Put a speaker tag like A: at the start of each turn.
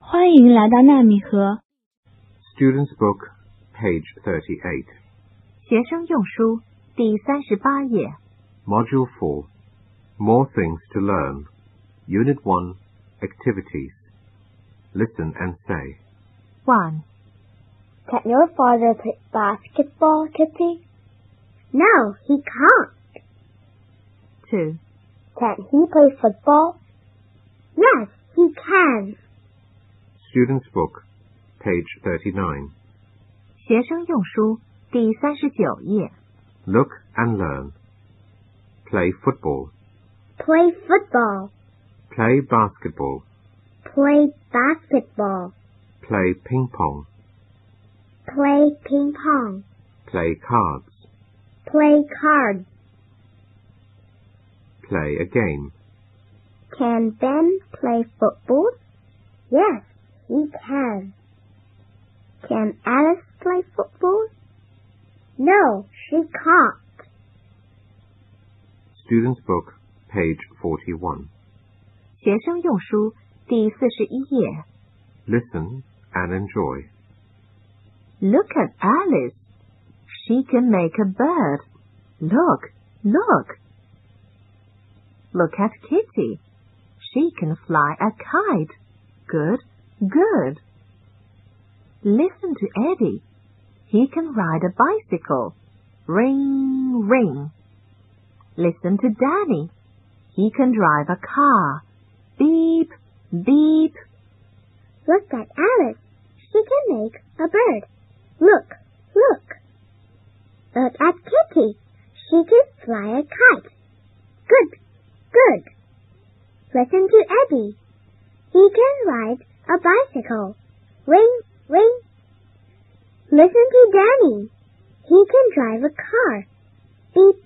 A: 欢迎来到纳米河
B: Student's Book, page 38,
C: 学生用书第三十八页，
B: Module 4, More Things to Learn, Unit 1, Activities. Listen and say.
C: one
A: Can your father play basketball, Kitty? No, he can't.
C: two
A: Can he play football? Yes, he can.
B: Student's Book, page 39.
C: 学生用书第三十九页，
B: Look and learn. Play football.
A: Play football.
B: Play basketball.
A: Play basketball.
B: Play ping pong.
A: Play ping pong.
B: Play cards.
A: Play cards.
B: Play a game.
A: Can Ben play football? Yes, he can. Can Alice play football? No, she can't.
B: Student's Book, page 41.
C: 学生用书第四十一页。
B: Listen and enjoy.
C: Look at Alice. She can make a bird. Look, look. Look at Kitty. She can fly a kite. Good, good. Listen to Eddie. He can ride a bicycle. Ring, ring. Listen to Danny. He can drive a car. Beep, beep.
A: Look at Alice. She can make a bird. Look, look. Look at Kitty. She can fly a kite. Good, good. Listen to Eddie. He can ride a bicycle. Ring, ring. Listen to Danny. He can drive a car. Beep,